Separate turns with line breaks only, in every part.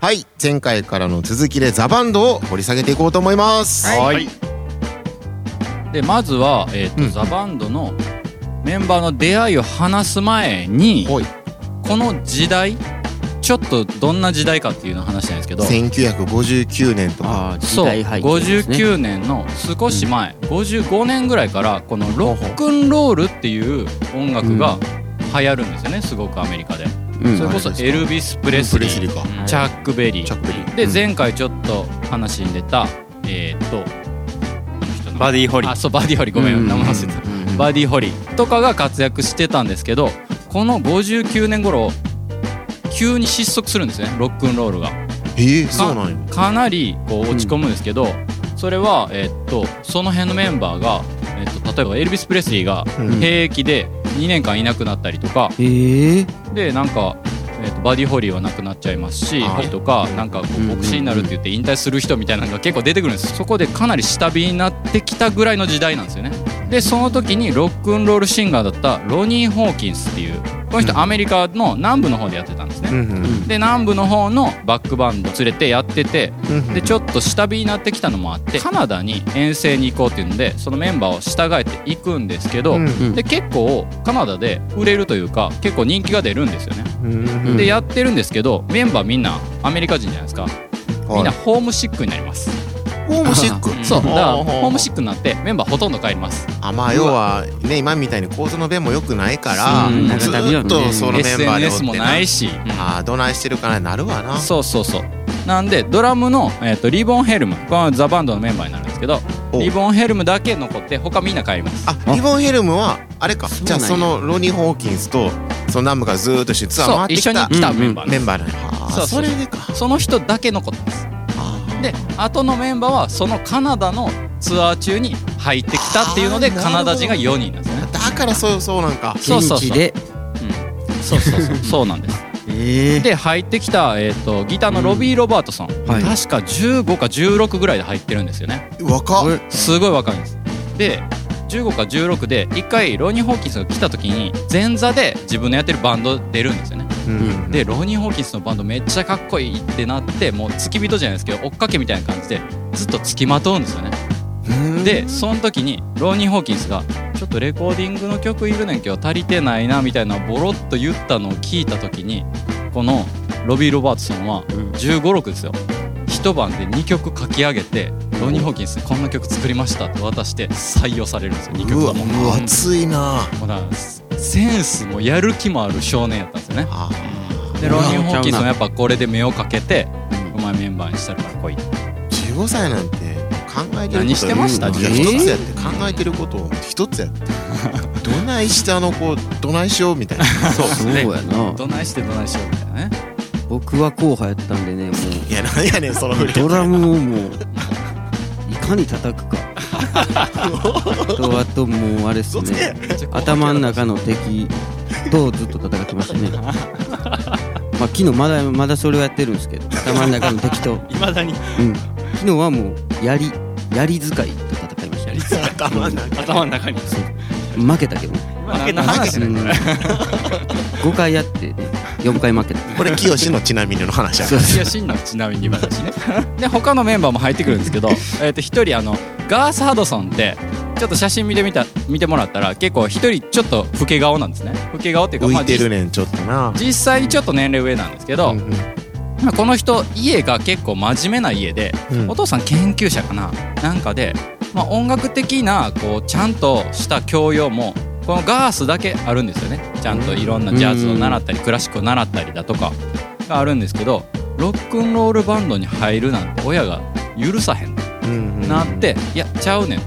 はい前回からの続きでザバンドを掘り下げていこうと思います
はい
はい
でまずは、えーと
うん
ザ・バンドのメンバーの出会いを話す前に
はい
この時代ちょっとどんな時代かっていうのを話したいんですけど
1959年とか
ああ時
そう
代背景ですね
59年の少し前、55年ぐらいからこのロックンロールっていう音楽が流行るんですよねすごくアメリカで、
うん
それこそエルビス・プレスリー
プレスリーか
うんチャック・ベリー
チャックベリー
で
うん
前回ちょっと話に出たえーっとあの人の
バディホリ
あそうバディホリごめ
うん
ん名前忘れてた
うん
バディ・ホリとかが活躍してたんですけどこの59年頃急に失速するんですねロックンロールが
えー、そうなんや
かなりこう落ち込むんですけど、それは、えっとその辺のメンバーが、えっと例えばエルビス・プレスリーが
うん
兵役で2年間いなくなったりとか、
ええ
でなんか、えっとバディ・ホリーはなくなっちゃいますし
あー
とかなんかこ
うんうん
う
うん
牧師になるって言って引退する人みたいなのが結構出てくるんですそこでかなり下火になってきたぐらいの時代なんですよねでその時にロックンロールシンガーだったロニー・ホーキンスっていうこの人アメリカの南部の方でやってたんですね、
うんうん
で南部の方のバックバンド連れてやってて
うん
でちょっと下火になってきたのもあってカナダに遠征に行こうっていうのでそのメンバーを従えていくんですけど、
うん
ん
で結構カナダで売れるというか結構人気が出るんですよね、
うん
でやってるんですけどメンバーみんなアメリカ人じゃないですかみんな
はい
ホームシックになります、
ホームシック
そうだから
あ
ホームシックになってメンバーほとんど帰ります
あまあ要はね今みたいに構造の便も良くないから、
うん
ずーっとそのメンバーでおって
SNS もないし、
ああどないしてるかななるわな
そうそうそうなんでドラムの、えー、とリボンヘルムこれはザ・バンドのメンバーになるんですけど
お
リボンヘルムだけ残って他みんな帰ります
あリボンヘルムはあれか
そう
じゃ
なんや
あそのロニー・ホーキンスとその南部からずーっと一緒にツアー
そう
回って
一緒
き
に
た
来た
うん
メンバー
メ
で
ンバーなんやあ
そ
ー
うそう
それでか
すその人だけ残ってます
あー
で後のメンバーはそのカナダのツアー中に入ってきたっていうので
あーなる
カ
ほど
ナダ人が4人なんですね
だからそうそうなんか
そうそ
現
うそう
地で
そうそうそうそうなんです
ええ
で入ってきた、えー、とギターのロビー・ロバートソン、
はい
確か15か16ぐらいで入ってるんですよね
若っ
すごい若いんですで15か16で一回ロニー・ホーキンスが来た時に前座で自分のやってるバンド出るんですよね
うん
でロニー・ホーキンスのバンドめっちゃかっこいいってなってもう付き人じゃないですけど追っかけみたいな感じでずっと付きまとうんですよね
うん
でその時にロニー・ホーキンスが「ちょっとレコーディングの曲いるねんけど足りてないな」みたいなボロッと言ったのを聞いた時にこのロビー・ロバートソンは
うん
1 5 6ですよ一晩で2曲書き上げてロニー・ホーキンスにこんな曲作りましたって渡して採用されるんですよ2曲
う
は
わ
もう
もう熱いな
もうだからセンスもやる気もある少年やったんですよね
あー
で
う
ロ
わ
ニー・ホーキンスもやっぱこれで目をかけてうまいメンバーにしたからこい
15歳なんて考えてること
何してました
いや
えー
一つやって考えてることを一つやって どないしてあの子どないしようみたいな
そう
そうやな
どないしてどないしようみたいなね
僕は後輩やったんでねも
いやなんやねんその振
う
り
ドラムをもういかに叩 くかとあともうあれっす
嘘つけ
ね頭の中の敵とずっと戦ってま したねまあ昨日まだまだそれをやってるんですけど頭の中の敵と、
いまだに
うん、昨日はもう槍槍使いと戦いましたね
頭の中
頭の中に
負けたけどね
負けた
負
話
け
だよ
5回やって、ね、4回負けた
これ清のちなみにの話や
そう
いや真のちなみに今だしねで他のメンバーも入ってくるんです けどえーと一人あのガース・ハドソンってちょっと写真見てみた見てもらったら結構一人ちょっと老け顔なんですね老け顔っていうか、ま
浮
あ
いてるねんちょっとな
実実際ちょっと年齢上なんですけど、まあ、この人家が結構真面目な家で、
うん
お父さん研究者かななんかで、まあ、音楽的なこうちゃんとした教養もこのガースだけあるんですよねちゃんといろんなジャズを習ったりクラシックを習ったりだとかがあるんですけどロックンロールバンドに入るなんて親が許さへん
うん
なっていやちゃうねん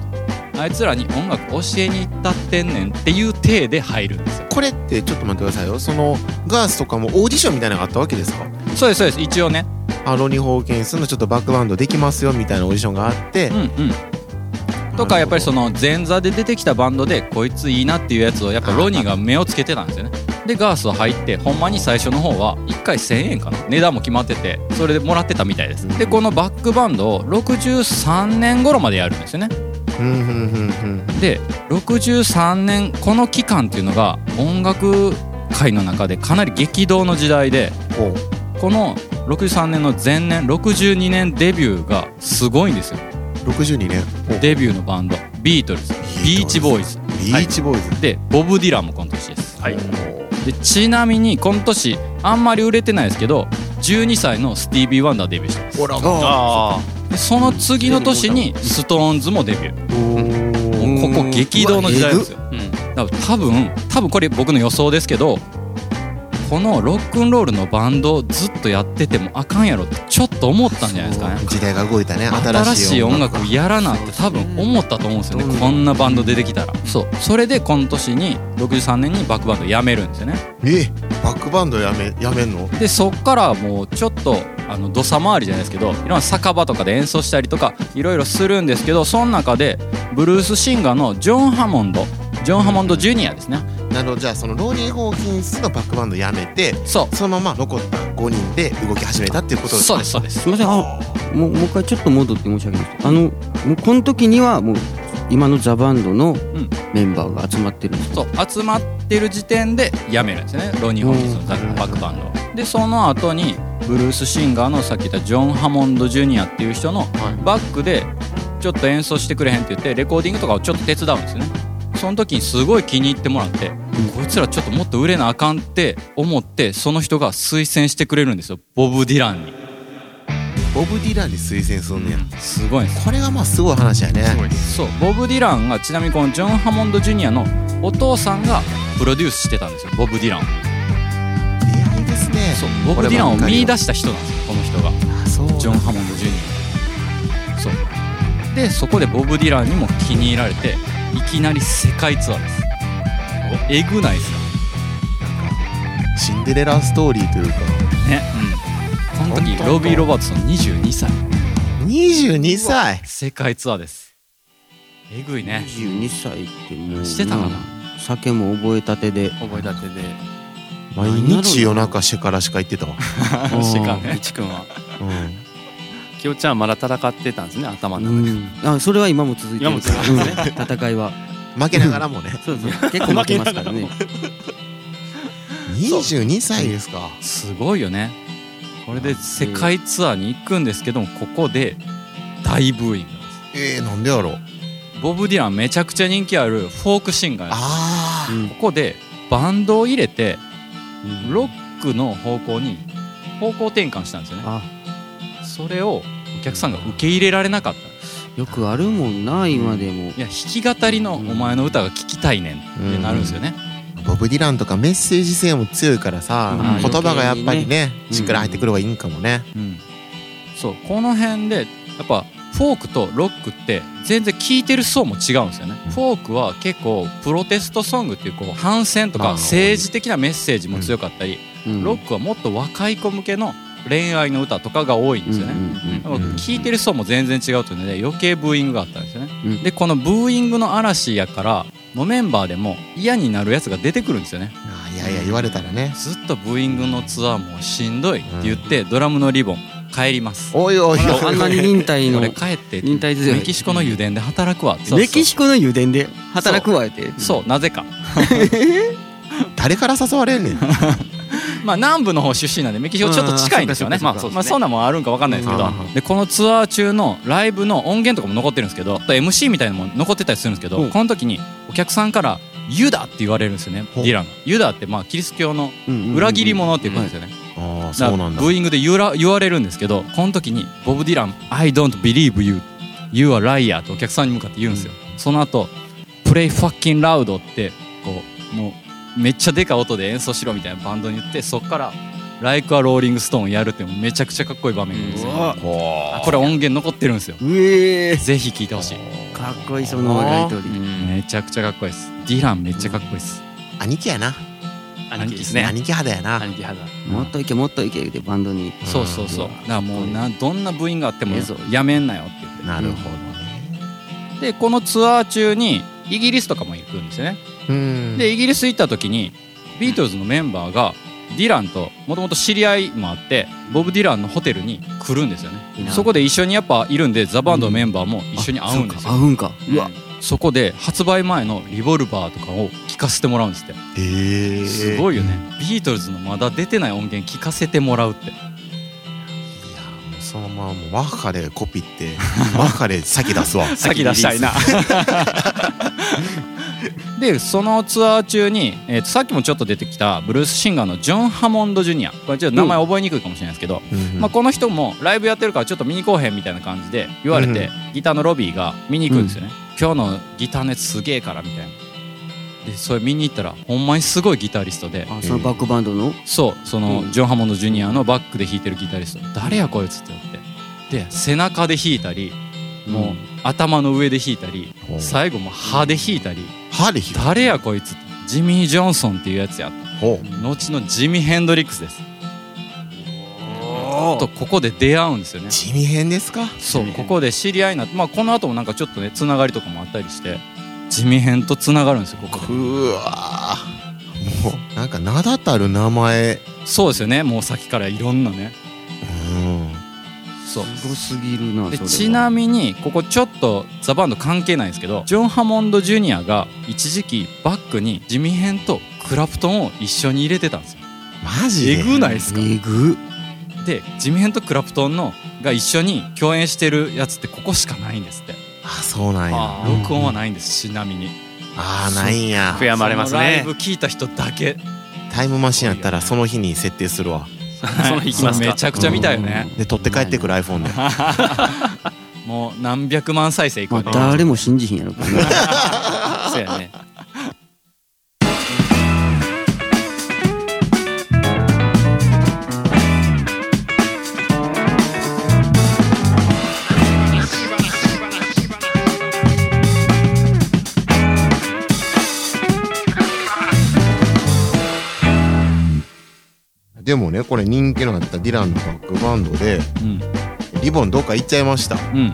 あいつらに音楽教えに行ったってんねんっていう体で入るんですよ
これってちょっと待ってくださいよそのガースとかもオーディションみたいなのがあったわけですか
そうですそうです一応ね
あロニー・ホーキンスのちょっとバックバンドできますよみたいなオーディションがあって
うんうんとかやっぱりその前座で出てきたバンドでこいついいなっていうやつをやっぱロニーが目をつけてたんですよねでガースは入ってほんまに最初の方は1回1000円かな値段も決まっててそれでもらってたみたいですでこのバックバンドを63年頃までやるんですよね
うんうんうんうん
で63年この期間っていうのが音楽界の中でかなり激動の時代で
こ
この63年の前年62年デビューがすごいんですよ
62年
デビューのバンドビートルズビーチボーイズ
ビーチボーイズ、
でボブ・ディランもこの年です、
はい
でちなみにこの年あんまり売れてないですけど12歳のスティービー・ワンダーデビューしてます
ほら
あ
でその次の年にストーンズもデビューもうここ激動の時代ですよ
あうん
だから多分多分これ僕の予想ですけどこのロックンロールのバンドをずっとやっててもあかんやろってちょっと思ったんじゃないですかね
時代が動いたね
新
新
し
し
い
い
音
音楽
楽をやらなって多分思ったと思うんですよ
うん
ねこんなバンド出てきたらそうそれでこの年に63年にバックバンド辞めるんですよね
えバックバンドやめやめんの
でそっからもうちょっとあの土佐回りじゃないですけどいろんな酒場とかで演奏したりとかいろいろするんですけどその中でブルースシンガーのジョン・ハモンドジョン・ハモンド・ジュニアですね
なるほどじゃあそのローニー・ホーキンスのバックバンドやめて
そ
そのまま残った5人で動き始めたっていう
う
こと
そうですすそうです
すみませんあもうもう一回ちょっと戻って申し訳ないですあのもうこの時にはもう今のザ・バンドの
ん
メンバーが集まってるんです
そう集まってる時点で辞めるんですねロニー・ホーキンスのバックバンドをでその後にブルースシンガーのさっき言ったジョン・ハモンド・ジュニアっていう人のバックでちょっと演奏してくれへんって言ってレコーディングとかをちょっと手伝うんですよねその時にすごい気に入ってもらって、こいつらちょっともっと売れなあかんって思ってその人が推薦してくれるんですよボブ・ディランに
ボブ・ディランに推薦すんねや、
すごいんです
これがまあすごい話やね
すごいです
そうボブ・ディランがちなみにこのジョン・ハモンド・ジュニアのお父さんがプロデュースしてたんですよボブ・ディランを
出会いですね
そうボブ・ディランを見出した人なんですよこの人が
あそう
ジョン・ハモンド・ジュニアそうでそこでボブ・ディランにも気に入られていきなり世界ツアーですえぐないですよ
シンデレラストーリーというか
ねうんこの時
本当
ロビー・ロバートソン22歳
22歳
世界ツアーですえぐいね
22歳ってもう
してたかな
まあ酒も覚えたてで
覚えたてで
毎日夜中シェカラシカ行ってたわ、
確かね
一くんは
うん
きよちゃんはまだ戦ってたんですね頭の中
うん、あそれは今も続いてる
今も続いてますね
うん戦いは
負けながらもね
そうそう結構負けますからね
22歳ですか
すごいよねこれで世界ツアーに行くんですけどもここで大ブーイングなんです
えー、なんでやろう
ボブ・ディランめちゃくちゃ人気あるフォークシンガーなんです
あ
う
ー
ん
ここでバンドを入れてロックの方向に方向転換したんですよね
あ
それをお客さんが受け入れられなかったい
よくあるもんな今でも
や弾き語りのお前の歌が聴きたいねんってなるんですよね、
ボブ・ディランとかメッセージ性も強いからさ、
うん
言葉がやっぱりね
うん
しっかり入ってくる方がいいんかもね、
うんそうこの辺でやっぱフォークとロックって全然聴いてる層も違うんですよね、フォークは結構プロテストソングっていうこう反戦と
まあ
か政治的なメッセージも強かったり、
うん
ロックはもっと若い子向けの恋愛の歌とかが多いんですよね、
うん
だから聞いてる層も全然違うというので余計ブーイングがあったんですよね、
うん
でこのブーイングの嵐やからのメンバーでも嫌になるやつが出てくるんですよね
あーいやいや言われたらね
ずっとブーイングのツアーもしんどいって言ってドラムのリボン帰ります、
おいおい
うんあんな
お
に
い
忍耐の
俺帰って
忍耐強い
メキシコの油田で働くわって
メキシコの油田で働くわって
そうなぜか
誰から誘われ んねん
まあ南部の方出身なんでメキシコちょっと近いんですよね
あーそうかそうか
まあそんなんもんあるんかわかんないですけど
うん
でこのツアー中のライブの音源とかも残ってるんですけどあと MC みたいなのも残ってたりするんですけど、
うん
この時にお客さんから「ユダ」って言われるんですよね
ほ
デ
う
ィランがユダってまあキリスト教の
うん
裏切り者っていうことですよね、
ああそうなんだ
ブーイングで言わ言われるんですけどこの時にボブ・ディラン「I don't believe you you are liar」ってお客さんに向かって言うんですよ、その後 play fucking loud」ってこうもうめっちゃでかい音で演奏しろみたいなバンドに言ってそっから「Like a Rolling Stone」やるっていうめちゃくちゃかっこいい場面なんですよ、
うわ
これ音源残ってるんですよ
うえ
ぜひ聴いてほしい、
かっこいいそのやりとり
めちゃくちゃかっこいいですディランめっちゃかっこいいです、
兄貴やな、
兄貴ですね
兄貴肌やな
兄貴肌
もっといけもっといけでバンドに
そうそうそうだからもうなどんな部員があっても
ええぞ
やめんなよって言って
なるほどね
でこのツアー中にイギリスとかも行くんですよね、
うん
でイギリス行った時にビートルズのメンバーがディランともともと知り合いもあってボブ・ディランのホテルに来るんですよね
いいな
そこで一緒にやっぱいるんでザ・バンドのメンバーも一緒に会うんですよ、
あそうか
う
合うんかうわ
わ
そこで発売前の「リボルバー」とかを聴かせてもらうんですって
えー、
す
い
ごいよねビートルズのまだ出てない音源聴かせてもらうって
そのままもうマッハでコピって マッハで先出すわ
先出したいなでそのツアー中に、えーとさっきもちょっと出てきたブルースシンガーのジョン・ハモンド・ジュニアこれちょっと名前覚えにくいかもしれないですけど、まあ、この人もライブやってるからちょっと見に来おへんみたいな感じで言われて、ギターのロビーが見に行くんですよね、今日のギターのやつすげえからみたいなでそれ見に行ったらほんまにすごいギタリストで
あそのバックバンドの
そうその、
うん
ジョン・ハモンド・ジュニアのバックで弾いてるギタリスト誰やこいつってなってで背中で弾いたりもう、
うん
頭の上で弾いたり
ほう
最後も歯で弾いたり
歯でひ
誰やこいつってジミー・ジョンソンっていうやつや
ほ
後のジミー・ヘンドリックスですとここで出会うんですよね
う地味編ですか
そう
ジミーヘ
こ
ン
こで知り合いになってまあこの後もなんかちょっとねつながりとかもあったりしてジミー・ヘンとつながるんですよここで
うわーもうなんか名だたる名前
そうですよねもう先からいろんなね
うん
そう
すごすぎるな
で
それは
ちなみにここちょっとザ・バンド関係ないんですけどジョン・ハモンド・ジュニアが一時期バックにジミー・ヘンとクラプトンを一緒に入れてたんですよ
マジで
えぐないですか
えぐ
でジミー・ヘンとクラプトンのが一緒に共演してるやつってここしかないんですって
あそうなんや
ー
録音はないんですちなみに
あーないんや
悔やまれます
そのライ
ね
ブ。聞いた人だけ
タイムマシンやったらその日に設定するわ
その日行きますか
めちゃくちゃ見たよね
で取って帰ってくる iPhone で
もう何百万再生いく
まあ
よね
誰も信じひんやろうけどね
そうやね。
でもねこれ人気のあったディランのバックバンドで
うん
リボンどっか行っちゃいましたこ
うんいっ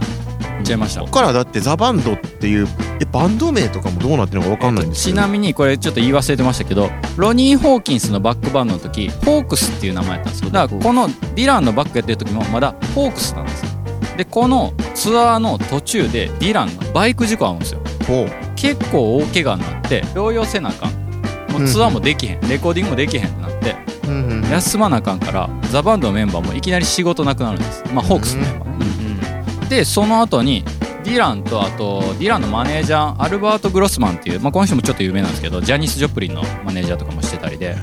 ちゃいました
こからだってザ・バンドっていうえバンド名とかもどうなってるのか分かんないんですけ
ち
ど、
なみにこれちょっと言い忘れてましたけどロニー・ホーキンスのバックバンドの時ホークスっていう名前だったんですよだからこのディランのバックやってる時もまだホークスなんですよでこのツアーの途中でディランがバイク事故あるんですよ
ほう
結構大怪我になって療養せなあかんもうツアーもできへんレコーディングもできへんってなって
うんうんうん
休まなあかんからザ・バンドのメンバーもいきなり仕事なくなるんですまあホークスのメンバーねでその後にディランとあとディランのマネージャーアルバート・グロスマンっていう、まあ、この人もちょっと有名なんですけどジャニス・ジョプリンのマネージャーとかもしてたりで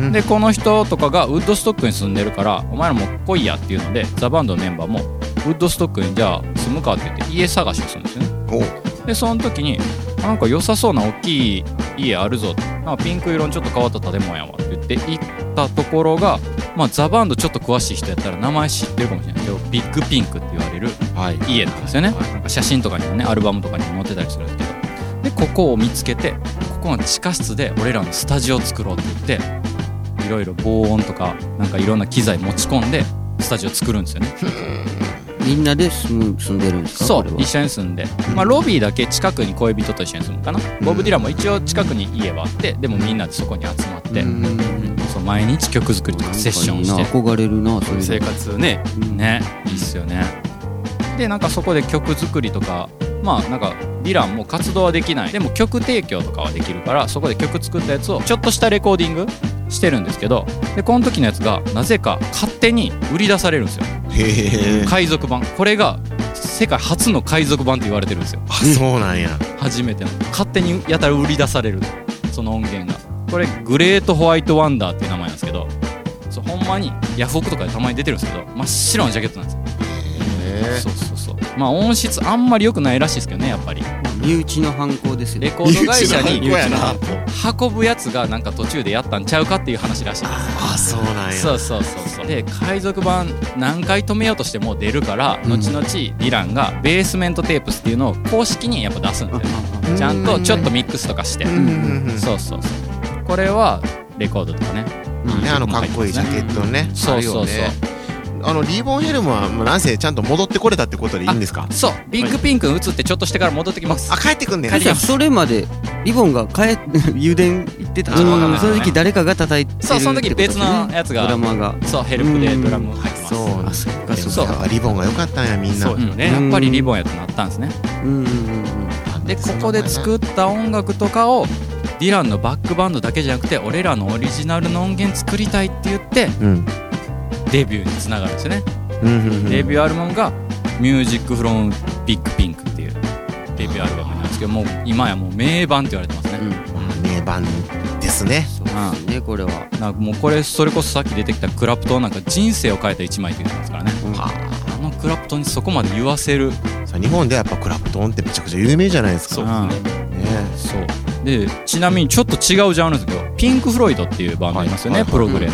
うん
でこの人とかがウッドストックに住んでるからお前らも来いやっていうのでザ・バンドのメンバーもウッドストックにじゃあ住むかって言って家探しをするんですよね
ほう
でその時にあなんか良さそうな大きい家あるぞとなんかピンク色のちょっと変わった建物やわって言って行ったところが、まあ、ザ・バンドちょっと詳しい人やったら名前知ってるかもしれないけどビッグピンクって言われる
はい
家なんですよね、
はい
なんか写真とかにもねアルバムとかにも載ってたりするんですけどでここを見つけてここの地下室で俺らのスタジオを作ろうって言っていろいろ防音とかなんかいろんな機材持ち込んでスタジオ作るんですよね
みんなで住む住んでるんですか
そ
これ
う
は
一緒に住んで、まあ、ロビーだけ近くに恋人と一緒に住むのかな、
ん
ボブ・ディランも一応近くに家はあってでもみんなでそこに集まって、
うん
そう毎日曲作りとかセッションし
なん
て
かいいな憧れるなそれ
生活ね。
うん
ねいいっすよねでなんかそこで曲作りとかまあなんかディランも活動はできないでも曲提供とかはできるからそこで曲作ったやつをちょっとしたレコーディングしてるんですけどでこの時のやつがなぜか勝手に売り出されるんですよ
へえ
海賊版これが世界初の海賊版って言われてるんですよ
あそうなんや
初めての勝手にやたら売り出されるその音源がこれグレートホワイトワンダーっていう名前なんですけどそうほんまにヤフオクとかでたまに出てるんですけど真っ白なジャケットなんですよ
へ
そうそうそうまあ音質あんまり良くないらしいですけどねやっぱり
身内の犯行ですよ
レ
ね
コード会社に
身内の犯行やな
運ぶやつがなんか途中でやったんちゃうかっていう話らしいです
あそうなんや
そうそうそうそうで海賊版何回止めようとしても出るから、
うん
後々ディランがベースメントテープスっていうのを公式にやっぱ出すんだよねちゃんとちょっとミックスとかして、
うんうんうん
そうそうそうこれはレコードとかね
ねあのかっこいいジャケットね
そうそうそう、
あるよねあのリボンヘルムはまあなんせちゃんと戻ってこれたってことでいいんですか
そうビッグピンクに移ってちょっとしてから戻ってきます
あ帰ってくんねん
確かにそれまでリボンが帰っ 油田行ってた
ちょっとわかんな
うん
い
その時誰かが叩いてるって
そうその時
ことですね
別のやつが
ドラマが
そうヘルプでドラム入ってます
そうなんです
っか
そう
やっぱリボンが良かったんやみんな
そう
うん
よね
やっぱりリボンやとなったんですね
うんうんうんうん
でここで作った音楽とかをディランのバックバンドだけじゃなくて俺らのオリジナルの音源作りたいって言って
うん
デビューにつながるんですよね
うんうんうん
デビューアルバムが「ミュージックフロムビッグピンクっていうデビューアルバムなんですけどもう今やもう名盤って言われてますね、
うん
名盤ですね
そうですねこれは
なんかもうこれそれこそさっき出てきたクラプトンなんか人生を変えた一枚って言ってますからね
は
あのクラプトンにそこまで言わせる
あさあ日本ではやっぱクラプトンってめちゃくちゃ有名じゃないですか
そうですね
ね
そうでちなみにちょっと違うジャンルですけどピンク・フロイドっていうバンドいますよ
は
ね、
いはい
プログレの、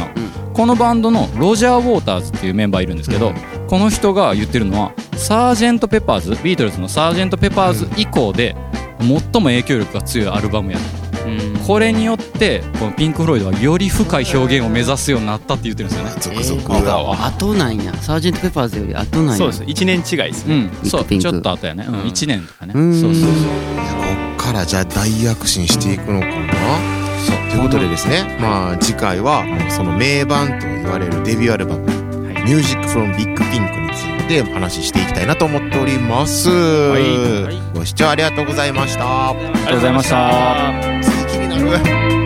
このバンドのロジャー・ウォーターズっていうメンバーいるんですけど、
うん
この人が言ってるのはサージェント・ペパーズビートルズのサージェント・ペパーズ以降で最も影響力が強いアルバムやこれによってこのピンク・フロイドはより深い表現を目指すようになったって言ってるんですよね
続
えー
々が、
あとなんやサージェントペパーズよりあとなんや
そうです一年違いです
う
ね
ん、そう
ピンク
ちょっと後やね、うん、1年とかね、
うん
そうそうそう
こっからじゃあ大躍進していくのかなということでですねまあ次回はその名盤と言われるデビューアルバム「ミュージックフロムビッグピンクについてお話ししていきたいなと思っております、
いは
ご視聴ありがとうございました
ありがとうございました
続きになる